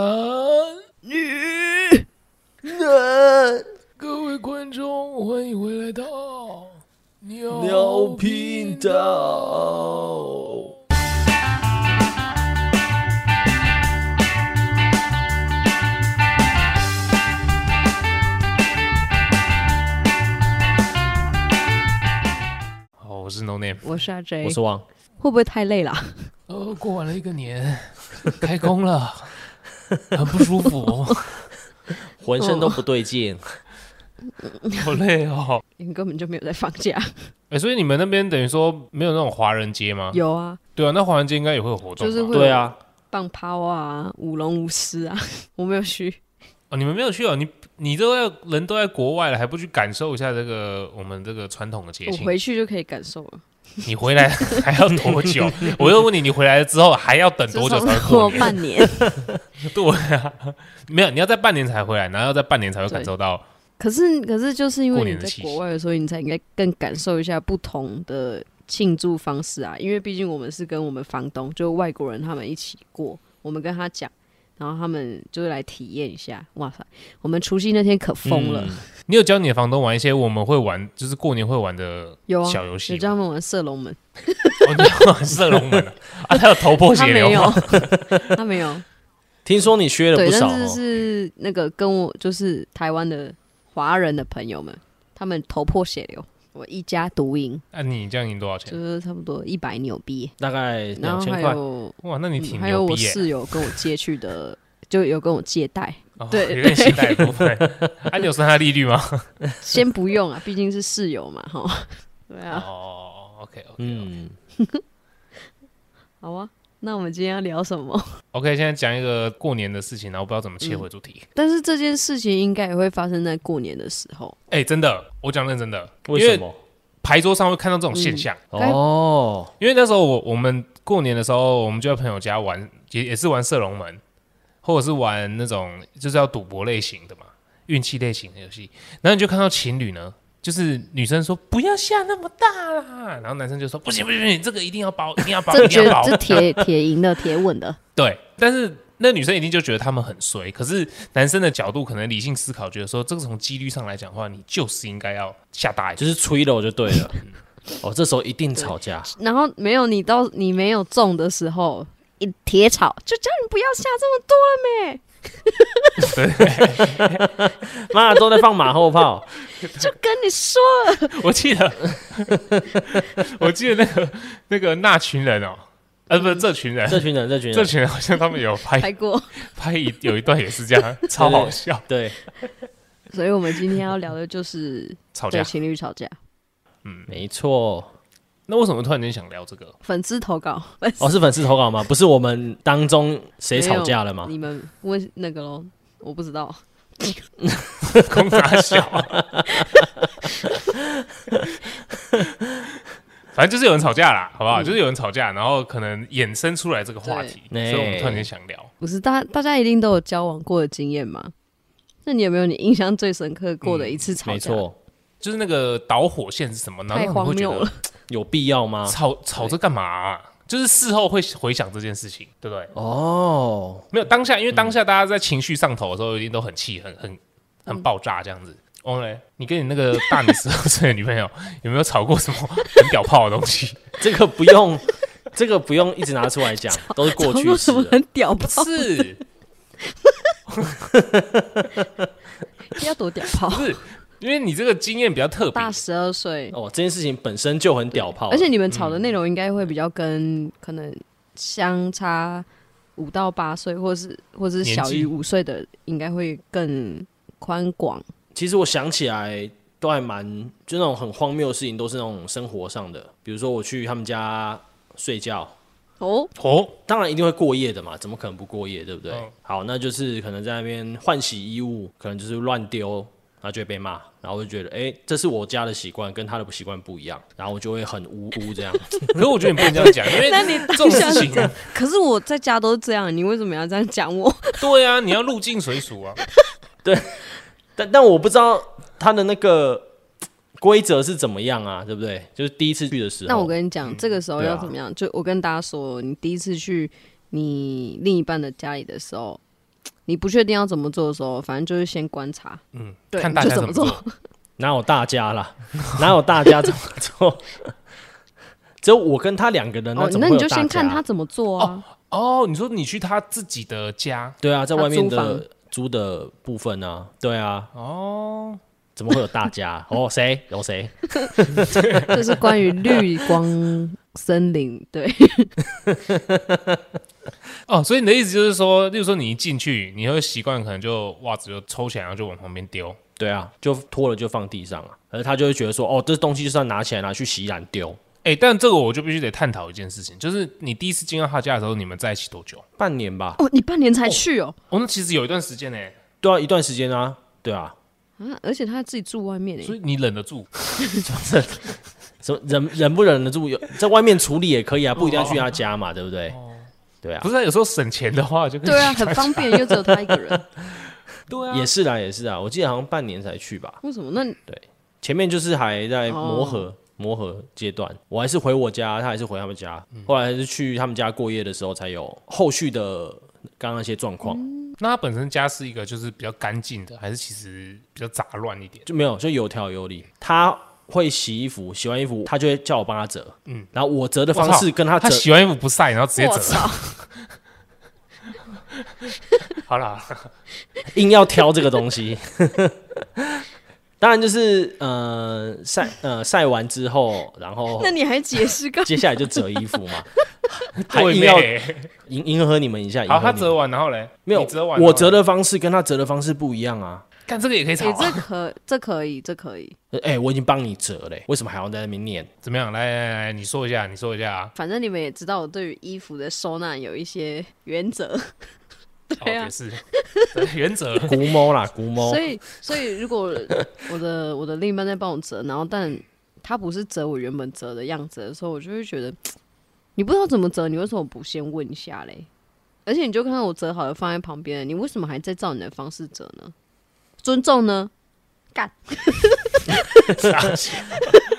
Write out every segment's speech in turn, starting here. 男女人各位观众，欢迎回来到鸟鸟频道。好，我是 No Name。我是阿 J，我是王，会不会太累了？呃，过完了一个年，开工 了，很不舒服，浑身都不对 劲。好累哦。你们根本就没有在放假。哎、所以你们那边等于说没有那种华人街吗？有啊，对啊，那华人街应该也会有活动吧。就是会对啊，棒抛啊，舞龙舞狮啊， 我没有去。哦，你们没有去哦，你你都在人都在国外了，还不去感受一下这个我们这个传统的节我庆？回去就可以感受了。你回来还要多久？ 我又问你，你回来之后还要等至多久少才会过过年？半年。对啊，没有，你要在半年才回来，然后要在半年才会感受到。可是，可是就是因过为年你的在气息国外的时候，你才应该更感受一下不同的庆祝方式啊。因为毕竟我们是跟我们房东，就外国人他们一起过，我们跟他讲，然后他们就是来体验一下。哇塞，我们除夕那天可疯了，嗯你有教你的房东玩一些我们会玩，就是过年会玩的有啊，小游戏有吗？叫他们玩射龙门。 哦，你 要玩射龙 门啊？啊他有头破他血没流有吗？， 他没有。听说你削了对，不少但是哦，是那个跟我就是台湾的华人的朋友们，他们头破血流。我一家独赢，那、啊你这样赢多少就钱？是差不多一百纽币，大概然两后千还块。有、哇，那你挺嗯还有牛我逼耶、室友跟我借去的，就有跟我借贷，哦对 有点期待的部 分。啊，你有算他利率吗？先不用啊，毕竟是室友嘛， 哈。对啊，哦，OK OK，嗯，好啊，那我们今天要聊什么？ OK，现在讲一个过年的事情，然后不知道怎么切嗯回主题。但是这件事情应该也会发生在过年的时候，哎、真的，我讲认真的，为因什么？牌桌上会看到嗯这种现象。该哦，因为那时候我我们过年的时候，我们就在朋友家玩，也也是玩射龙门，或者是玩那种就是要赌博类型的嘛，运气类型的游戏。然后你就看到情侣呢，就是女生说不要下那么大啦，然后男生就说不行不行不行，这个一定要包，一定要包，这一定绝要包。这铁铁赢的铁稳的，对，但是那女生一定就觉得他们很衰，可是男生的角度可能理性思考，觉得说这个从几率上来讲的话，你就是应该要下大一就点。是吹了就对了。 哦，这时候一定吵架。然后没有你到你没有中的时候，一铁炒就叫你不要下这么多了没？妈都在放马后炮，就跟你说 了，我记得，我记得那个那个那群人哦，呃，不是这群人，这群人，这群这人，群人好像他们有拍拍过。拍一有一段也是这样，超好笑，对，所以我们今天要聊的就是吵对架。情侣吵架，没错。那为什么突然间想聊这个？粉丝投稿，粉丝 哦，是粉丝投稿吗？不是我们当中谁吵架了吗？你们问那个喽，我不知道，空大小、啊，反正就是有人吵架啦，好不好？就是有人吵架，然后可能衍生出来这个话题，所对以我们突然间想聊。不是大大家一定都有交往过的经验嘛？那你有没有你印象最深刻过的一次吵嗯没架？错，就是那个导火线是什么？然后太让你会荒觉谬得了，有必要吗？吵吵这干嘛啊、就是事后会回想这件事情，对不对？哦，没有当下，因为当下大家在情绪上头的时候，一定都很气，很很很爆炸这样子。王磊，你跟你那个大你十二岁的女朋友有没有吵过什么很屌炮的东 西？ 这个不用，这个不用一直拿出来讲，都是过吵 去式什么了。很屌炮， 是，要多屌炮？ 不是，因为你这个经验比较特别大，十二岁，哦，这件事情本身就很屌炮了，而且你们吵的内容应该会比较跟可能相差五到八岁，或是或是小年纪于五岁的，应该会更宽广。其实我想起来都还蛮，就那种很荒谬的事情，都是那种生活上的。比如说我去他们家睡觉，哦，哦，当然一定会过夜的嘛，怎么可能不过夜，对不对？嗯好，那就是可能在那边换洗衣物，可能就是乱丢，然后就会被骂，然后我就觉得，哎、这是我家的习惯，跟他的习惯不一样，然后我就会很无辜这样。可是我觉得你不能这样讲，因为那你这种当下事是情这，样可是我在家都是这样，你为什么要这样讲 我？对啊，你要入境随俗啊。但但我不知道他的那个规则是怎么样啊，对不对？就是第一次去的时候，那我跟你讲，这个时候对啊要怎么样？就我跟大家说，你第一次去你另一半的家里的时候，你不确定要怎么做的时候，反正就是先观察，嗯，对看大你家就怎怎么做。哪有大家啦？哪有大家这么做？只有我跟他两个人，啊哦，呃怎么那会你有就大先看家他怎么做 啊。哦，你说你去他自己的家，对啊，在外面他租的租的部分啊，对啊，哦，怎么会有大家？ 哦，谁有谁？这是关于绿光森林，对，哦，所以你的意思就是说，例如说你一进去，你会习惯可能就袜子就抽起来，然后就往旁边丢。对啊，就脱了就放地上啊，而他就会觉得说，哦，这东西就是要拿起来拿去洗染丢，哎、但这个我就必须得探讨一件事情，就是你第一次进到他家的时候，你们在一起多久？半年吧， 哦，你半年才去哦，哦，那其实有一段时间呢、对啊，一段时间啊，对啊，啊，而且他还自己住外面欸诶所，以你忍得住。什么忍忍不忍得住，有在外面处理也可以啊，不一定要去他家嘛，对不对？对啊哦不，是啊，有时候省钱的话就可以对啊，很方便，又只有他一个人， 对啊，也是啦，也是啊，我记得好像半年才去吧，为什么？那你前面就是还在磨合、哦磨合阶段，我还是回我家，他还是回他们家，嗯后来还是去他们家过夜的时候才有后续的刚刚那些状况，那他本身家是一个就是比较干净的，还是其实比较杂乱一点？就没有就有条有理。他会洗衣服，洗完衣服他就会叫我帮他折，嗯，然后我折的方式跟他他折，洗完衣服不晒，然后直接我折。操，好啦，好啦硬要挑这个东西。当然就是呃晒呃晒完之后，然后哦那你还解释 个？接下来就折衣服嘛，还对硬要咩迎迎合你们一好，下。迎合他你们折完然后嘞，没有你折完，我折的，的方式跟他折的方式不一样啊。干这个也可以吵哎，这啊？可这可以，这可以，呃哎、我已经帮你折嘞、为什么还要在那 边念？怎么样？来来来，你说一下，你说一下啊。反正你们也知道我对于衣服的收纳有一些原则，哦，对啊也是原则。古猫啦，古猫 所，以所以如果我的 我的另一半在帮我折，然后但他不是折我原本折的样子的时候，我就会觉得你不知道怎么折，你为什么不先问一下嘞？而且你就看到我折好了放在旁边了，你为什么还在照你的方式折呢？尊重呢？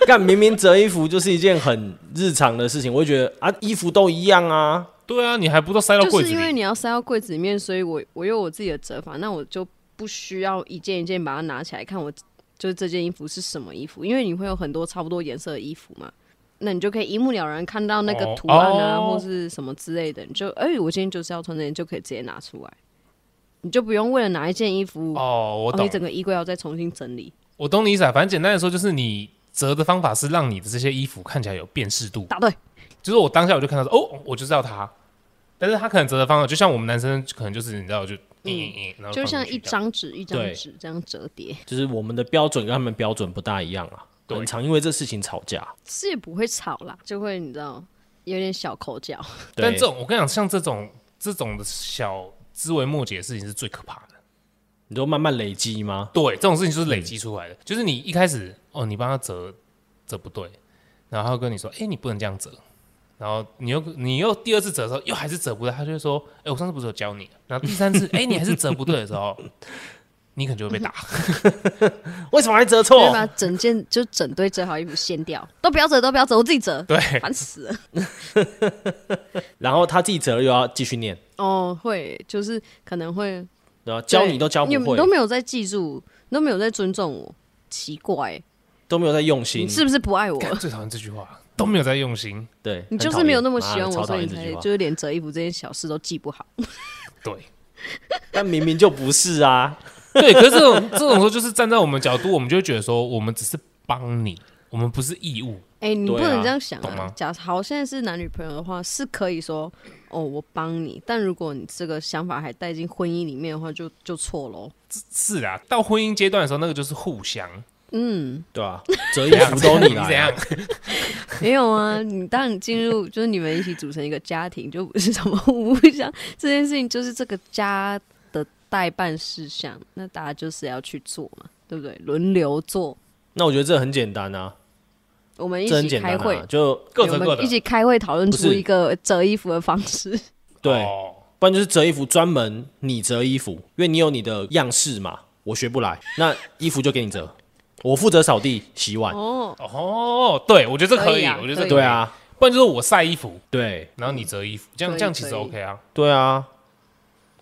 干明明折衣服就是一件很日常的事情，我会觉得啊，衣服都一样啊，对啊，你还不都塞到就柜是子因为里？你要塞到柜子里面，所以我我有我自己的折法，那我就不需要一件一件把它拿起来看我，就是这件衣服是什么衣服，因为你会有很多差不多颜色的衣服嘛，那你就可以一目了然看到那个哦图案啊、哦或是什么之类的，你就哎、我今天就是要穿这件，就可以直接拿出来，你就不用为了拿一件衣服，哦，我哦懂你，整个衣柜要再重新整理，我懂你意思啊。反正简单的说，就是你折的方法是让你的这些衣服看起来有辨识度。答对，就是我当下我就看到说，哦，我就是要它。但是他可能折的方法，就像我们男生可能就是你知道就，嗯嗯，就像一张。张纸一张对纸这样折叠，就是我们的标准跟他们标准不大一样啊。对很常因为这事情吵架，是也不会吵啦，就会你知道有点小口角。对但这种我跟你讲，像这种这种的小枝微末节的事情是最可怕的。你都慢慢累积吗？对，这种事情就是累积出来的。就是你一开始哦，你帮他折折不对，然后他会跟你说，哎、你不能这样折。然后你又你又第二次折的时候，又还是折不对，他就会说，哎、我上次不是有教你？然后第三次，哎、你还是折不对的时候，你可能就会被打。为什么还折对错？把整件就整堆折好衣服掀掉，都不要折，都不要折，我自 己折，对，烦死了。然后他自己折了又要继续念，哦，会就是可能会对吧？教你都教你不们会都，没有在记住，你都没有在尊重我，奇怪，都没有在用你心，是不是不 爱我？干最讨厌这句话，都没有在用心。对，你很就是讨没有厌那么喜妈欢的超讨我，所以厌你这才句话。就是连折衣服这件小事都记不好。对但明明就不是啊，对，可是这种这种时候，就是站在我们角度，我们就会觉得说，我们只是帮你，我们不是义务。哎、你对不能啊这样想懂啊！吗假好，现在是男女朋友的话，是可以说哦，我帮你。但如果你这个想法还带进婚姻里面的话，就就错喽。是啊，到婚姻阶段的时候，那个就是互相。嗯对 啊，折衣服都你 怎来样啊，？ 没有啊，你当你进入就是你们一起组成一个家庭，就不是什么互相这件事情，就是这个家的代办事项，那大家就是要去做嘛，对不对？轮流做，那我觉得这很简单啊，我们一这很起简开单会啊，，就各折我各们的一。起开会讨论不出是一个折衣服的方式。对，哦不然就是折衣服专门你折衣服，因为你有你的样式嘛，我学不来，那衣服就给你折，我负责扫地洗碗， 哦，哦，对，我觉得这可可以，以啊我觉得这可以对，啊，不然就是我晒衣服，对然后你折衣服，这可样以这样其实可以 OK 啊。对啊，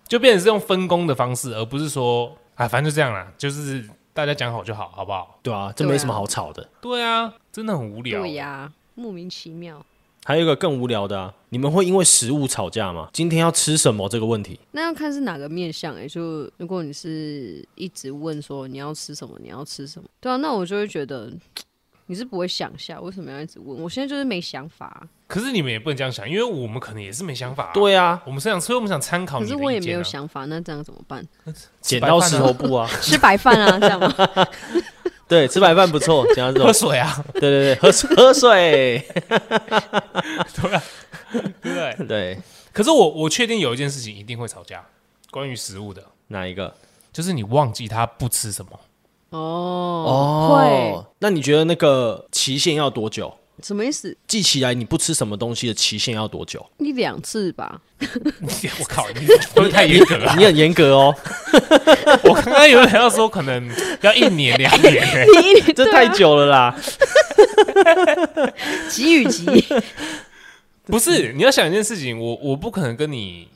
就变成是用分工的方式，而不是说啊，反正就这样啦，就是大家讲好就好，好不好？对啊，这对啊没什么好吵的。对啊，真的很无聊。对呀、莫名其妙。还有一个更无聊的啊，你们会因为食物吵架吗？今天要吃什么这个问题，那要看是哪个面向哎、就如果你是一直问说你要吃什么，你要吃什么，对啊，那我就会觉得你是不会想一下为什么要一直问。我现在就是没想法啊、可是你们也不能这样想，因为我们可能也是没想法、，对啊，我们是想，所以我们想参考可你的是意见、啊。我也没有想法，那这样怎么办？ 剪刀石头布啊， 吃白饭啊， 这样吗？对，吃白饭不错，剪刀石头喝布，水 啊，对对对，喝 水喝水，对不对？对，可是我我确定有一件事情一定会吵架，关于食物的，哪一个？就是你忘记他不吃什么。 哦，，那你觉得那个期限要多久？会什么意思？记起来你不吃什么东西的期限要多 久？一两次 吧，我靠， 你不是太严格了。你很严格哦，我刚刚有点要说，可能要一年两年、欸，啊这太久了啦。 急与 急，不是，你要想一件事情，我我不可能跟你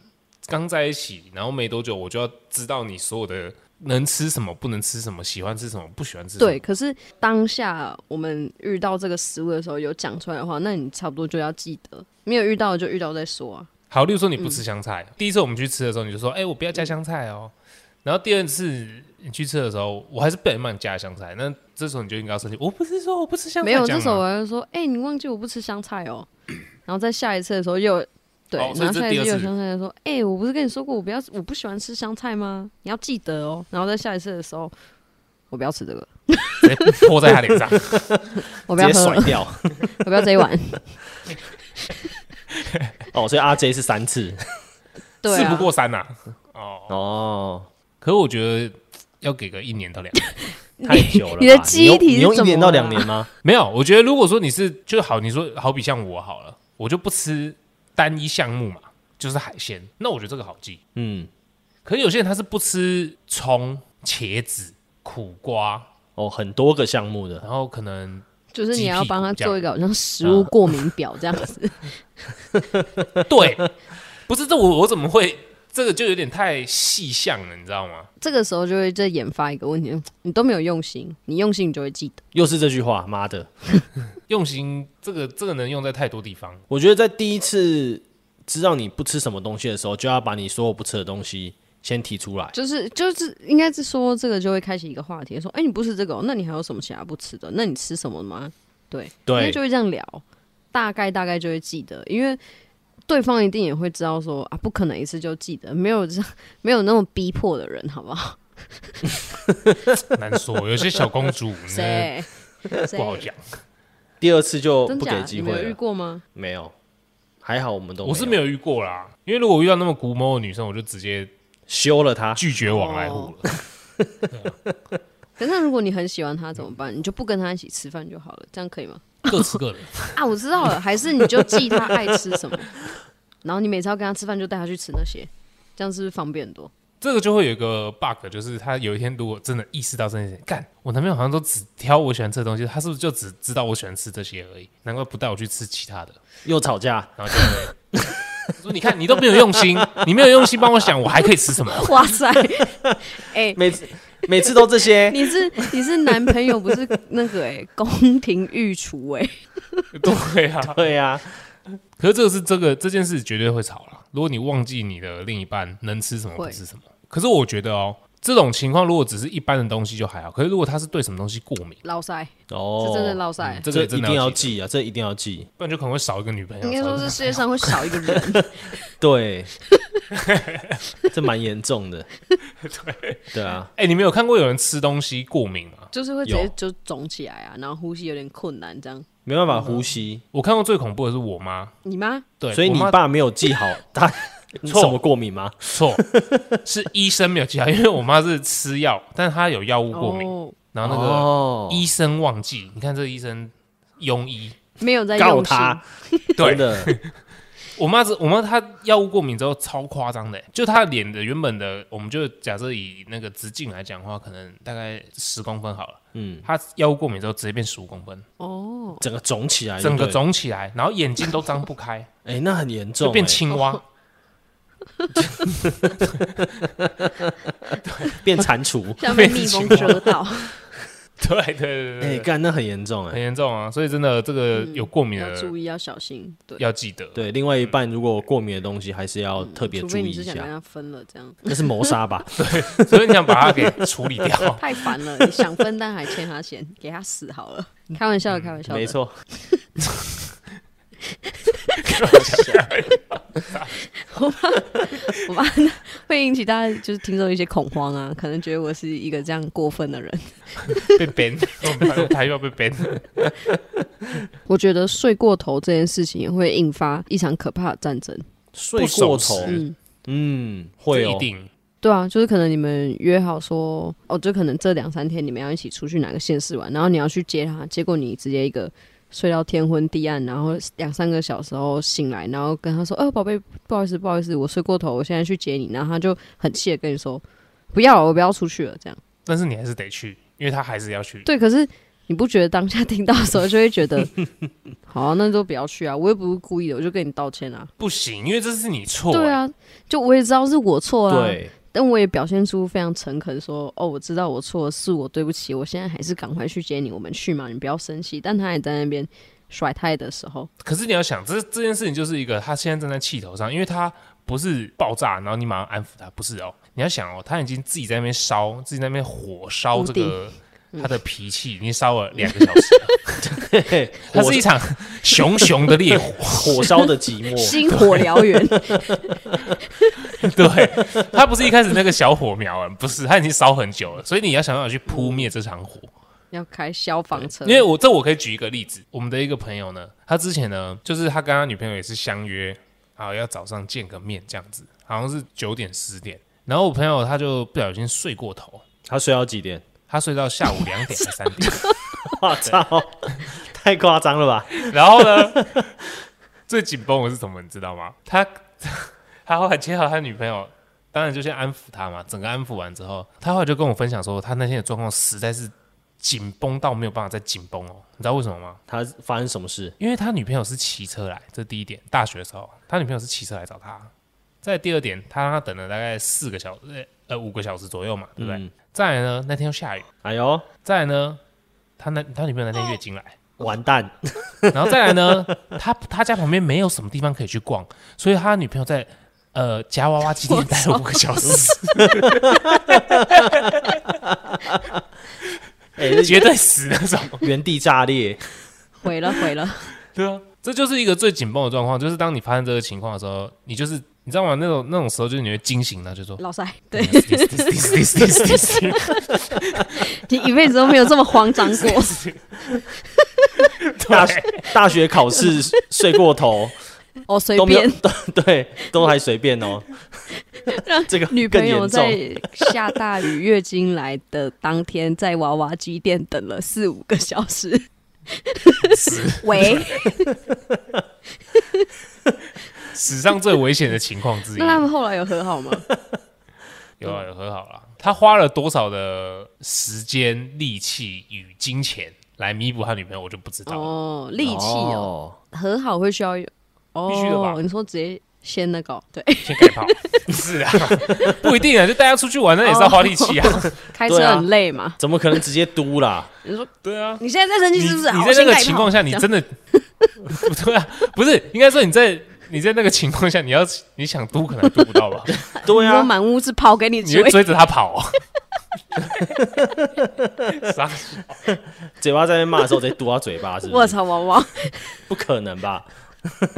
刚在一起，然后没多久我就要知道你所有的能吃什么、不能吃什么、喜欢吃什么、不喜欢吃什么。对。，可是当下我们遇到这个食物的时候，有讲出来的话，那你差不多就要记得。没有遇到就遇到再说啊。好，例如说你不吃香菜，嗯第一次我们去吃的时候你就说，哎、我不要加香菜哦。然后第二次你去吃的时候，我还是不小心帮你加了香菜，那这时候你就应该要生气，我不是说我不吃香菜没样吗，啊有，这时候我还会说，哎、你忘记我不吃香菜哦。然后在下一次的时候又对，哦所以然后这下一第二次又有次香菜说，哎、我不是跟你说过我不要，我不喜欢吃香 菜吗？你要记得哦。然后在下一次的时候，我不要吃这个，直接 泼在他脸上，我不直要接喝甩了，掉我不要这一碗。哦，所以 RJ 是三次 对、事啊，不过三呐、哦，哦，可是我觉得要给个一年到两年。太久了吧。你的记忆用体是你用一怎么年到了两年吗？没有，我觉得如果说你是就好，你说好比像我好了，我就不吃单一项目嘛，就是海鲜，那我觉得这个好记。嗯，可是有些人他是不吃葱、茄子、苦瓜，哦，很多个项目的，然后可能就是你要帮他做一个好像食啊物过敏表这样嗯子。对，不是这我我怎么会这个就有点太细项了，你知道吗？这个时候就会再研发一个问题，你都没有用心，你用心你就会记得。又是这句话，妈的！用心这个这个能用在太多地方，我觉得在第一次知道你不吃什么东西的时候，就要把你所有不吃的东西先提出来。就是就是，应该是说这个就会开启一个话题，说，哎、你不吃这个、哦，那你还有什么其他不吃的？那你吃什么吗？对，因为对就，会这样聊，大概大概就会记得，因为对方一定也会知道说啊，不可能一次就记得，没有这样没有那种逼迫的人，好不好？难说。有些小公主嗯呢 谁谁 不好讲，第二次就真不给假？机你会没有遇了。过吗？没有，还好我们都我是没没有有遇过啦。因为如果遇到那么古某的女生，我就直接修了它。拒绝往来户了。可是那如果你很喜欢他怎么办？你就不跟他一起吃饭就好了，这样可以吗？各吃各的，啊，我知道 了，还是你就记他爱吃什 么，然后你每次要跟他吃饭就带他去吃那些，这样是不是方便很多？这个就会有一个 bug，就是他有一天如果真的意识到这件事情，干，我男朋友好像都只挑我喜欢吃的东西，他是不是就只知道我喜欢吃这些而已？难怪不带我去吃其他的。又吵架，然后就会我说：“你看，你都没有用 心，你没有用心帮我想，我还可以吃什么？ 哇塞， 哎、每次每次都这些， 你是你是男朋友不是那个哎、宫廷御厨哎、对啊，对呀、可是这个是这个这件事绝对会吵啦。如果你忘记你的另一半能吃什么会不吃什么，可是我觉得哦，这种情况如果只是一般的东西就还好，可是如果他是对什么东西过敏，嗯老塞，哦，是真的老塞。这这个一真的定要要记啊，这一定要记。不然就可能会少一个女朋友。嗯应该少一说个是世界上会少一个人，对， 这蛮严重的。对，对啊，哎、你们有看过有人吃东西过敏吗？ 就是会直接有就肿起来啊，然后呼吸有点困难这样。没办法呼吸，我看过最恐怖的是我妈，你妈对，所以我你妈爸没有记好他 你错什么过敏吗？错是医生没有记好，因为我妈是吃药，但她有药物过敏，哦，然后那个、哦医生忘记，你看这个医生庸医，没有在告用心，他，真对的，我妈是，我妈她药物过敏之后超夸张的欸，就她脸的原本的，我们就假设以那个直径来讲的话，可能大概十公分好了，嗯，她药物过敏之后直接变十五公分，哦，整个肿起来，整个哎对不对， 肿起来，然后眼睛都张不开，哎，那很严 就重，变哎青蛙。变蟾蜍。像被蜜蜂蛰到，对对对 哎，对对，干那很严重很哎。严重啊！所以真的这个嗯有过敏的要注意，要小心。对，要记得，对，另外一半如果过敏的东西，还是要特别嗯除注非意你一是想跟下。他分了，这样。那是谋杀吧？所以你想把它给处理掉 太烦了。你想分，但还欠他钱，给他死好了。开玩笑的，开玩笑嗯的。没 错，我怕会引起大家就是听众一些恐慌啊，可能觉得我是一个这样过分 的人。被 ban，我 们台要被 ban。我觉得睡过头这件事情也会引发一场可怕的战争。睡过不守时，头嗯，嗯，会这哦一。定对啊，就是可能你们约好说，哦，就可能这两三天你们要一起出去哪个县市玩，然后你要去接他，结果你直接一个睡到天昏地暗，然后两三个小时后醒来，然后跟他说，呃，宝贝，不好意思，不好意思，我睡过头，我现在去接你，然后他就很气的跟你说，不要了，我不要出去了，这样。但是你还是得去，因为他还是要去。对，可是你不觉得当下听到的时候就会觉得， 好、啊，那就不要去啊，我又不是故意的，我就跟你道歉啊。不行，因为这是你错。欸对啊，就我也知道是我错啊啦、对，但我也表现出非常诚恳，说：“哦，我知道我错了，是我对不起，我现在还是赶快去接你，我们去嘛，你不要生气。”但他也在那边甩胎的时候，可是你要想，这这件事情就是一个他现在正在气头上，因为他不是爆炸，然后你马上安抚他，不是哦。你要想哦，他已经自己在那边烧，自己在那边火烧这个他嗯的脾气，已经烧了两个小 时了。嘿嘿啊它火是一场熊熊的烈火，火烧的寂 寞，星火燎原， 对，他不是一开始那个小火苗啊，不是，他已经烧很久了，所以你要想办法去扑灭这场火。要开消防车，因为我这我可以举一个例子，我们的一个朋友呢，他之前呢，就是他跟他女朋友也是相约，好要早上见个面这样子，好像是九点十点，然后我朋友他就不小心睡过头，他睡到几点？ 他睡到下午两点还三点，我操，太夸张了吧？ 然后呢，最紧绷的是什么，你知道吗？他 他后来接到他女朋友，当然就先安抚他嘛，整个安抚完之后，他后来就跟我分享说，他那天的状况实在是紧绷到没有办法再紧绷哦，你知道为什么吗？他发生什么事？因为他女朋友是骑车来，这第一点。大学的时候，他女朋友是骑车来找他。再第二点，他让他等了大概四个小时，呃呃，五个小时左右嘛，对不对？嗯再来呢，那天又下雨。哎呦，再来呢，他那他女朋友那天月经来，完蛋！然后再来呢，他他家旁边没有什么地方可以去逛，所以他女朋友在呃夹娃娃机店待了五个小时，哎，这绝对死那种。 原地炸裂，毁了毁了，对啊，这就是一个最紧绷的状况，就是当你发生这个情况的时候，你就是你知道吗？那种那种时候就是你会惊醒，然后就说老塞，对对， 你一辈子都没有这么慌张过， 大大学考试睡过头，哦，随都没 有便都对，都还随便 哦。这个女更朋友严在重，下大雨月经来的当天，在娃娃机店等了四五个小时。 喂，史上最危险的情况之一那。他们后来有和好吗？有啊，有和好了。他花了多少的时间、力气与金钱来弥补他女朋友，我就不知道了。哦，力气哦，和好会需要有哦，必须的吧你说直接先那个哦对，先盖炮 是啊，不一定啊，就带他出去玩，那也是要花力气啊。开车对啊很累嘛。怎么可能直接嘟 啦？你说对啊，你现在在生你气是不是？你好在那先个盖情炮况下，你这样真的对啊，不是应该说你在你在那个情况下，你要你想嘟可能嘟不到吧，对你说啊，满屋子跑给你你会追，追着他跑、 哦。傻嘴巴在那边骂的时候直接嘟到嘴巴，是不我是？操，王 王，不可能吧？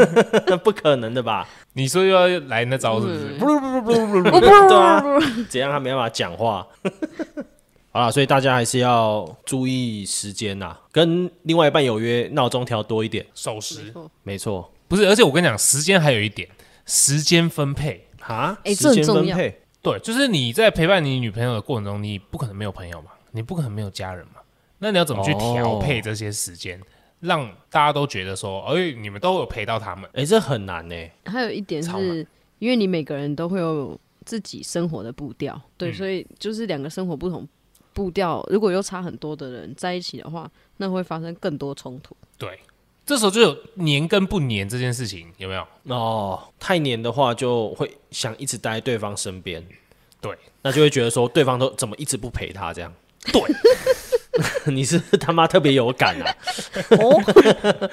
不可能的吧？你说又要来那招是不嗯是？不是不是不是不是，对 啊，怎样他没办法讲话。 好啦，所以大家还是要注意时间呐，跟另外一半有约，闹钟调多一点。守时没错，不是，而且我跟你讲，时间还有一点，时间分配。哈，哎这时很间分重要配对，就是你在陪伴你女朋友的过程中，你不可能没有朋友嘛，你不可能没有家人嘛。那你要怎么去哦调配这些时间，让大家都觉得说，哎、你们都有陪到他们？哎、这很难呢、还有一点超难是，因为你每个人都会有自己生活的步调，对，嗯所以就是两个生活不同步调，如果又差很多的人在一起的话，那会发生更多冲突。对，这时候就有黏跟不黏这件事情，有没有？哦，太黏的话就会想一直待在对方身边，对，那就会觉得说对方都怎么一直不陪他这样，对， 你是他妈特别有感啊，哦，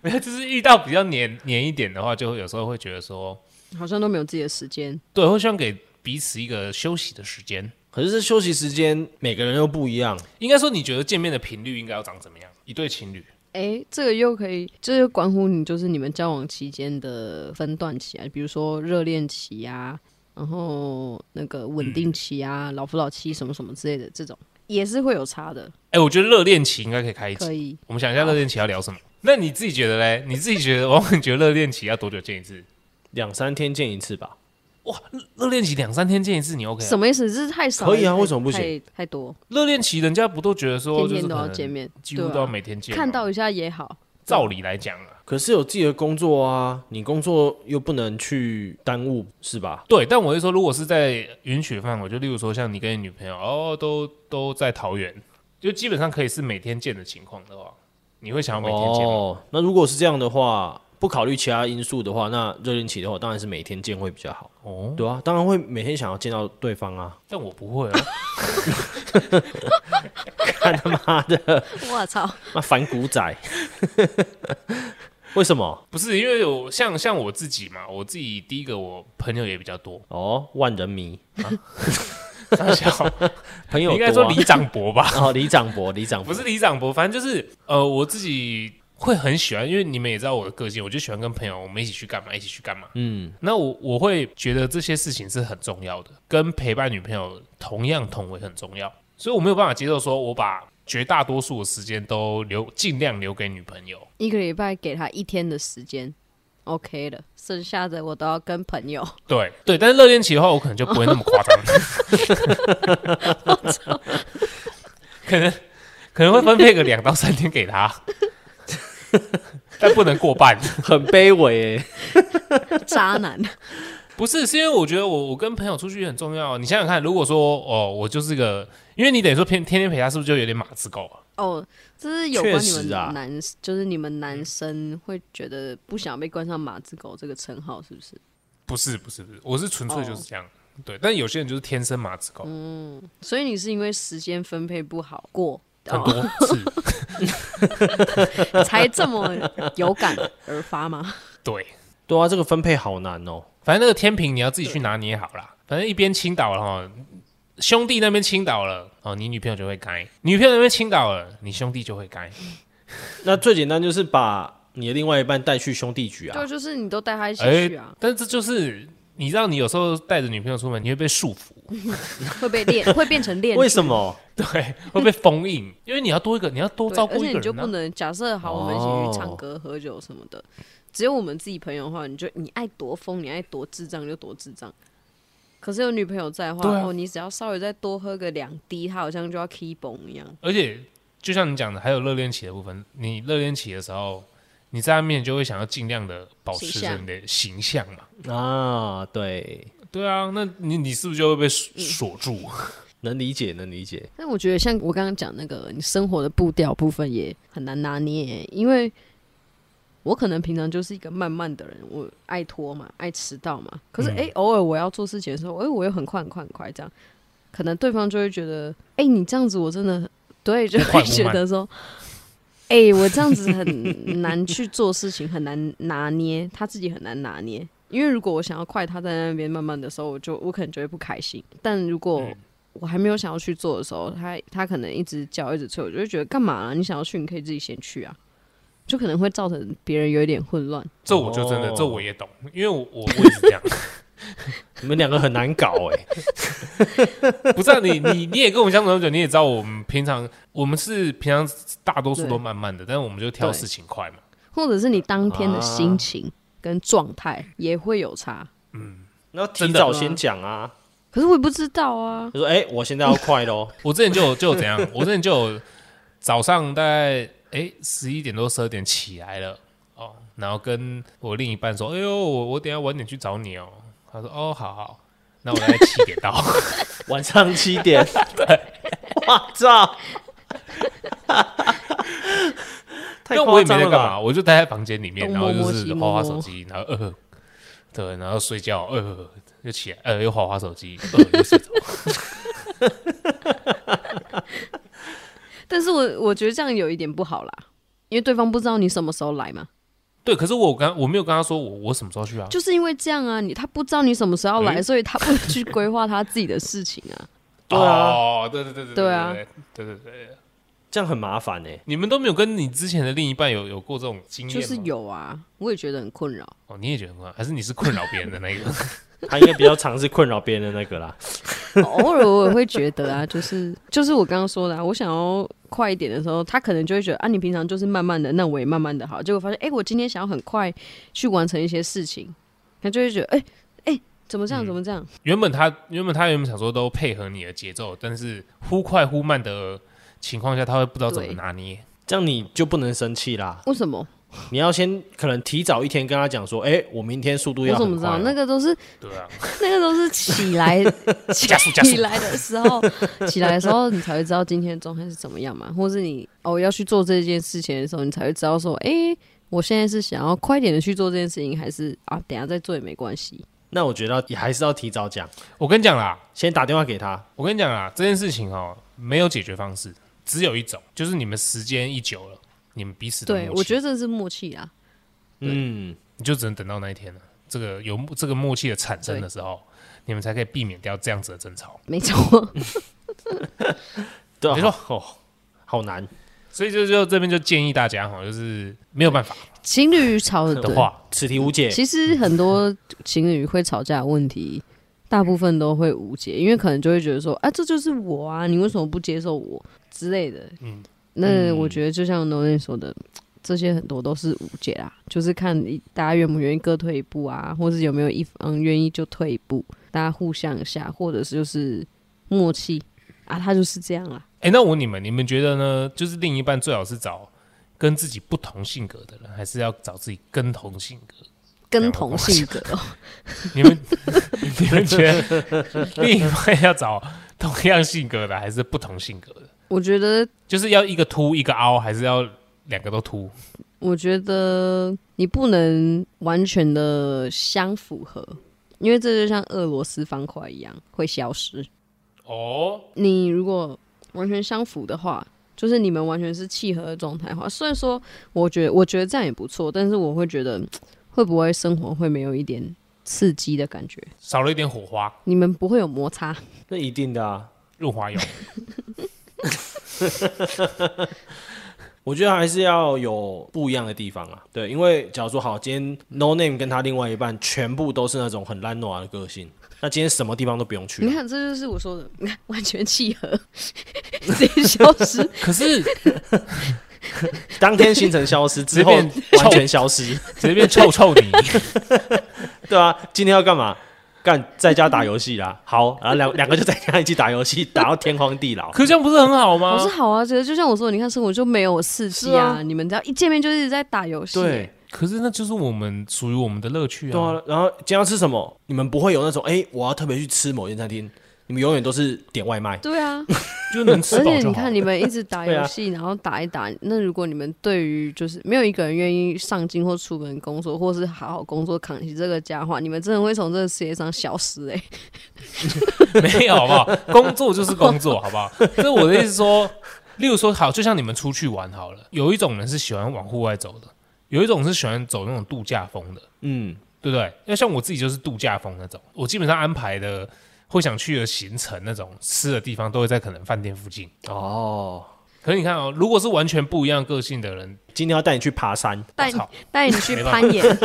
没有，就是遇到比较黏黏一点的话，就会有时候会觉得说，好像都没有自己的时间。对，会希望给彼此一个休息的时间。可是这休息时间每个人又不一样，应该说，你觉得见面的频率应该要长怎么样？一对情侣，哎，这个又可以，这就关乎你就是你们交往期间的分段期啊，比如说热恋期啊，然后那个稳嗯定期啊，老夫老妻什么什么之类的，这种也是会有差的。哎、我觉得热恋期应该可以开一集可。以，我们想一下热恋期要聊什么？那你自己觉得嘞？你自己觉得，王你觉得热恋期要多久见一次？两三天见一次吧，热恋期两三天见一次，你 OK？、啊什、么意思？这是太少了，可以啊太为什么不行？太太多，热恋期人家不都觉得说，天就是天都可要能见面，几乎对啊都要每天见吗、看到一下也好。照理来讲啊，可是有自己的工作啊，你工作又不能去耽误，是吧？对，但我是说，如果是在允许范围，就例如说像你跟你女朋友哦，都都在桃园，就基本上可以是每天见的情况的话，你会想要每天见吗？哦，那如果是这样的话，不考虑其他因素的话，那热恋期的话，当然是每天见会比较好。哦，对啊，当然会每天想要见到对方啊。但我不会、啊，我操！ 那反骨仔，为什么？不是因为我像像我自己嘛，我自己第一个我朋友也比较多， 哦，万人迷，傻笑，朋友应多、该啊、说李长博吧， 哦，李长博，李长博不是李长博，反正就是呃，我自己会很喜欢，因为你们也知道我的个性，我就喜欢跟朋友我们一起去干嘛，一起去干嘛。嗯，那我我会觉得这些事情是很重要的，跟陪伴女朋友同样同为很重要，所以我没有办法接受说我把绝大多数的时间都留尽量留给女朋友。一个礼拜给他一天的时间，OK 的，剩下的我都要跟朋友。 对对，但是热恋期的话，我可能就不会那么夸张，可能可能会分配个两到三天给他，但不能过半。很卑微、欸。渣男，不是，是因为我觉得我我跟朋友出去也很重要。你想想看，如果说哦，我就是个，因为你等于说天天天陪他，是不是就有点马子狗啊？哦，这是有关你确们实啊男，就是你们男生会觉得不想被冠上“马子狗”这个称号，是不是？不是不是不是，我是纯粹就是这哦样。对，但有些人就是天生马子狗，嗯所以你是因为时间分配不好过，很哦、 多次。才这么有感而发吗？对， 对啊，这个分配好难哦。反正那个天平你要自己去拿捏好啦。反正一边倾倒了哈，兄弟那边倾倒了哦，你女朋友就会该；女朋友那边倾倒了，你兄弟就会该。那最简单就是把你的另外一半带去兄弟局啊就。就是你都带他一起哎去啊，但这就是你知道，你有时候带着女朋友出门，你会被束缚。会被练，会变 成练。为什么？对，会被封印，因为你要多一个，你要多对照顾而一且个你就人、不啊。能假设好，我们一起去唱歌、喝酒什么的，只有我们自己朋友的话，你就你爱多疯，你爱多智障就多智障。可是有女朋友在的话，对啊哦，你只要稍微再多喝个两滴，她好像就要 key 崩一样。而且就像你讲的，还有热恋期的部分，你热恋期的时候，你在外面就会想要尽量的保持形着象你的形象嘛。啊，对，对啊，那你你是不是就会被锁锁住？能理解，能理解。但我觉得像我刚刚讲那个你生活的步调部分也很难拿捏，欸因为我可能平常就是一个慢慢的人，我爱拖嘛，爱迟到嘛。可是嗯诶，偶尔我要做事情的时候，诶，我又很快很快很快这样，可能对方就会觉得，诶，你这样子我真的很对，就快会不觉慢得说。诶，我这样子很难去做事情，很难拿捏，他自己很难拿捏。因为如果我想要快，他在那边慢慢的时候，我就我可能就会不开心。但如果嗯我还没有想要去做的时候，他他可能一直叫一直催，我就会觉得干嘛啊、你想要去，你可以自己先去啊，就可能会造成别人有一点混乱。这我就真的，哦这我也懂，因为我我我也是这 样。你们两个很难搞哎、不是、啊、你你你也跟我们相处很久，你也知道我们平常我们是平常大多数都对慢慢的，但是我们就挑事情快嘛。或者是你当天的心情跟状态也会有差。 那提真的早先讲啊。可是我也不知道啊，他说：“哎、我现在要快喽。我之前就有就有怎样，我之前就有早上大概哎十一点多十二点起来了哦，然后跟我另一半说：“哎呦，我我等一下晚点去找你哦。”他说：“哦，好好。”那我大概七点到， 晚上七 点。”我操！ 太那我夸也没张在了干嘛，吧？我就待在房间里面，东然后摸就摸是西滑滑摸手摸机，然后呃，对，然后睡觉，呃，又起来，呃，又滑滑手机，呃，又睡着。但是我我觉得这样有一点不好啦，因为对方不知道你什么时候来嗯嘛，对，可是我刚我没有跟他说我我什么时候去啊？就是因为这样啊，你他不知道你什么时候要来，诶 所以他不去规划他自己的事情啊。对啊哦，对对对对对啊对对对对对，这样很麻烦呢、欸你们都没有跟你之前的另一半有有过这种经验就吗？是有啊，我也觉得很困扰。哦，你也觉得很困扰，还是你是困扰别人的那一个？ 他应该比较常是困扰别人的那个啦。 偶尔我也会觉得啊，就是就是我刚刚说的、啊，我想要快一点的时候，他可能就会觉得啊，你平常就是慢慢的，那我也慢慢的好。结果发现，哎、我今天想要很快去完成一些事情，他就会觉得，哎、哎、怎么嗯这样，怎么这样？原本他原本他原本想说都配合你的节奏，但是忽快忽慢的情况下，他会不知道怎么对拿捏。这样你就不能生气啦，为什么？你要先可能提早一天跟他讲说，哎、我明天速度我要怎很么知快道哦、？那个都是对 啊，那个都是起 来加速加速起来的时候，起来的时候你才会知道今天的状态是怎么样嘛，或是你哦要去做这件事情的时候，你才会知道说，诶，我现在是想要快点的去做这件事情，还是啊等一下再做也没关系。那我觉得也还是要提早讲， 我跟你讲啦，先打电话给他。我跟你讲啦，这件事情哦，没有解决方式，只有一种，就是你们时间一久了，你们彼此的对，默契我觉得这是默契啊，嗯，你就只能等到那一天了。这个有这个默契的产生的时候，你们才可以避免掉这样子的争吵。没错。对啊，没错哦，好难。所以就就这边就建议大家哈，就是没有办法 情侣吵的，话，此题无解对。其实很多情侣会吵架的问题。大部分都会无解，因为可能就会觉得说，啊，这就是我啊，你为什么不接受我之类的。嗯，那我觉得就像 n o n 说的，这些很多都是无解啦，就是看你大家愿不愿意各退一步啊，或是有没有一方愿意就退一步，大家互相一下，或者是就是默契啊，他就是这样啦。哎、那我问你们，你们觉得呢？就是另一半最好是找跟自己不同性格的人，还是要找自己跟同性格？跟同性格，哦你们你们觉得另一半要找同样性格的，还是不同性格的？ 我觉得，就是要一个凸一个凹，还是要两个都凸？我觉得你不能完全的相符合，因为这就像俄罗斯方块一样会消失。哦，你如果完全相符的话，就是你们完全是契合的状态的话，虽然说我觉得我觉得这样也不错，但是我会觉得嗯会不会生活会没有一点刺激的感觉？少了一点火花，你们不会有摩擦？那一定的啊，润滑油。我觉得还是要有不一样的地方啊。对，因为假如说好，今天 No Name 跟他另外一半全部都是那种很烂暖的个性，那今天什么地方都不用去你了。看，这就是我说的，你看完全契合， 直接消失。可是当天行程消失之后，随便完全消失。直接变臭臭泥， 对啊，今天要干嘛？干在家打游戏啦。 好，然后两两个就在家一起打游戏，打到天荒地 老。可这样不是很好吗我是？好啊，觉得就像我说的，你看生活就没有刺激啊，是啊你们只要一见面就一直在打游戏。对，可是那就是我们属于我们的乐趣对啊。啊。然后今天要吃什么？你们不会有那种哎、我要特别去吃某间餐厅，你们永远都是点外卖。对啊，就能吃而饱且就你好。看，你们一直打对啊游戏，然后打一打。那如果你们对于就是没有一个人愿意上进或出门工作，或是好好工作扛起这个家的话，你们真的会从这个世界上消失哎、 没有好不好？工作就是工作，好不好？这我的意思说，例如说，好，就像你们出去玩好了，有一种人是喜欢往户外走的，有一种是喜欢走那种度假风的，嗯，对不对？要像我自己就是度假风那种，我基本上安排的会想去的行程，那种吃的地方都会在可能饭店附近。哦，可是你看哦，如果是完全不一样个性的人，今天要带你去爬山，我带你操，带你去没办法攀岩，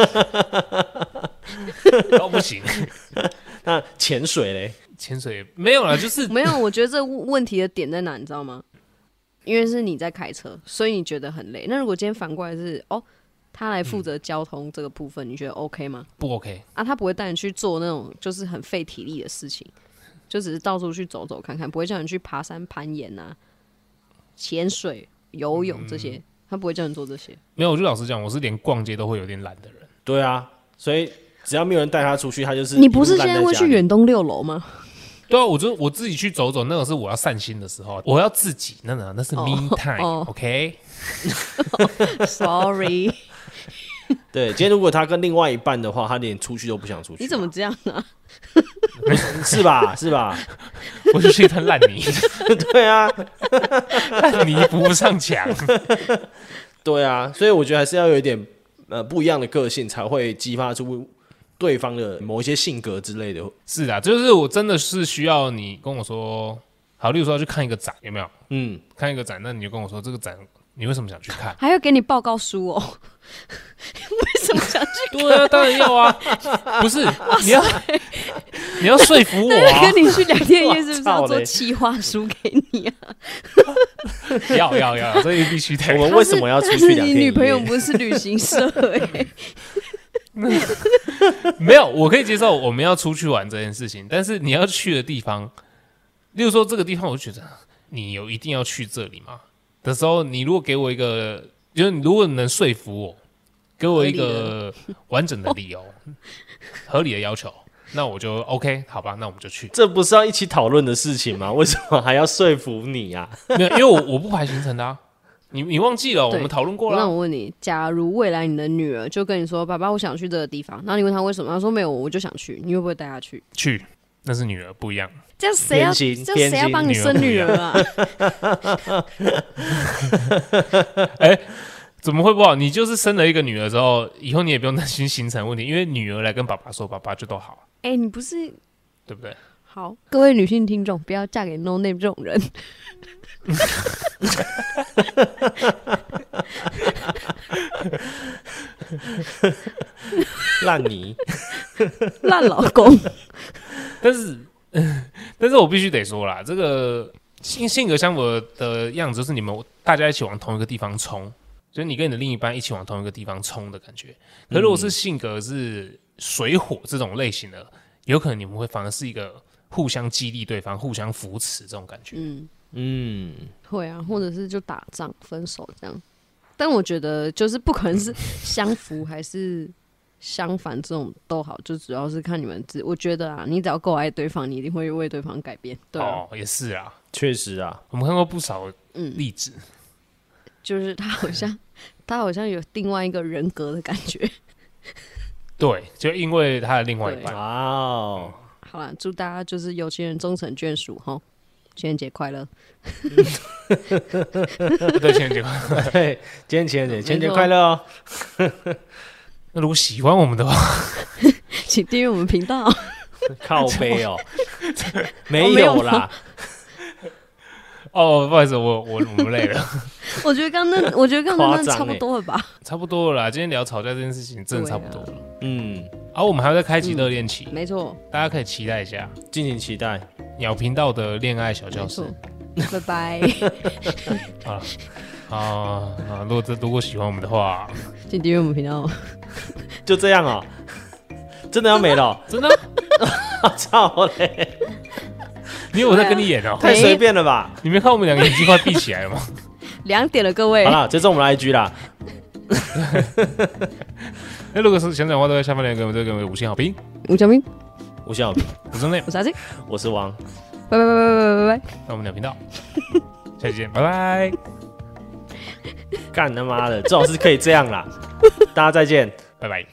都不行， 那潜水嘞？潜水也没有啦，就是没有？我觉得这问题的点在哪，你知道吗？因为是你在开车，所以你觉得很累。那如果今天反过来是哦，他来负责交通这个部分，你觉得 OK 吗？不 OK。啊，他不会带你去做那种就是很费体力的事情，就只是到处去走走看看，不会叫你去爬山、攀岩啊、潜水、游泳这嗯些，他不会叫你做这些。没有，我就老实讲，我是连逛街都会有点懒的人。对啊，所以只要没有人带他出去，他就是你不是一路现烂在会家去里远东六楼吗？对啊，我就我自己去走走，那个是我要散心的时候，我要自己，那那那是哦 me 哦 time，OK？、 Sorry，对，今天如果他跟另外一半的话，他连出去都不想出去。你怎么这样呢？？是吧？是吧？ 我就是一滩烂泥， 对啊，烂泥扶不上墙。对啊，所以我觉得还是要有一点呃不一样的个性，才会激发出对方的某一些性格之类的。是啊，就是我真的是需要你跟我说，好，例如说要去看一个展，有没有？嗯，看一个展，那你就跟我说这个展你为什么想去看 还要给你报告书哦？为什么想去对啊，当然要啊，不是你要你要说服我啊，跟你去两天 一夜？是不是哇要操做嘞企划书给你啊？要要要，这必须我得。们为什么要出但去是两 你天一女朋友夜？不是旅 行社哎、没有，我可以接受我们要出去玩这件事情，但是你要去的地方，例如说这个地方，我就觉得你有一定要去这里吗？的时候，你如果给我一个，就是你如果能说服我，给我一个完整的理由，合理的要求，那我就 OK，好吧，那我们就去。这不是要一起讨论的事情吗？为 什么还要说服你啊？没有，因为我我不排行程的、啊，你你忘记了，我对们讨论过了那啊。我问你，假如未来你的女儿就跟你说：“爸爸，我想去这个地方。”然后你问她为什么，她说：“没有，我就想去。”你会不会带她去？去，那是女儿不一样。这样谁要？偏心这样谁偏要心帮你女儿生不一女样儿 啊？怎么会不好？你就是生了一个女儿之后，以后你也不用担心行程问题，因为女儿来跟爸爸说，爸爸就都好，哎、你不是对不对？好，各位女性听众，不要嫁给 No Name 这种人。烂泥， 烂老公，但是， 但是我必须得说啦，这个性性格相符的样子，就是你们大家一起往同一个地方冲，就是你跟你的另一半一起往同一个地方冲的感觉。可如果是性格是水火这种类型的，有可能你们会反而是一个互相激励对方、互相扶持这种感觉。 嗯，嗯，会啊，或者是就打仗、分手这样。但我觉得就是不可能是相符还是相反，这种都好，就主要是看你们自。我觉得啊，你只要够爱对方，你一定会为对方改变。对啊、哦，也是啊，确实啊，我们看过不少嗯，例子。就是他好像 他好像有另外一个人格的感觉。 对，就因为他的另外一哇半，哦， 好啦，祝大家就是有情人终成眷属哈，情人节快乐！对，情人节快乐。对，今天情人节，没错情人节快乐哦！那如果喜欢我们的话，请订阅我们频道。靠背 哦，没没有有啦，哦，不好意思，我我我们累了。 我觉得刚刚那， 我觉得刚刚那夸张欸差不多了吧？差不多了啦，今天聊吵架这件事情真的差不多了。嗯，而、我们还要再开启热恋期，啊嗯没错，大家可以期待一下敬请期待。鸟频道的恋爱小没教室错。拜拜，啊啊啊！如果这如果喜欢我们的 话， 请订阅我们频道哦。就这样哦，真的要没了哦，哦真的， 操嘞，你有我在跟你演哦、太随便了吧！你没看我们两个眼睛快闭起来了吗？ 两点了，各位好，啦，这是我们的 IG 啦，那哎如果是想讲话，都在下方留言给我们，再给我们五星好评。吴小明，我是小我是内，我是阿金，我是王，拜拜拜拜拜拜拜。那我们鸟频道， 下期见，拜拜。干他妈的，最好是可以这样啦，大家再见。拜拜。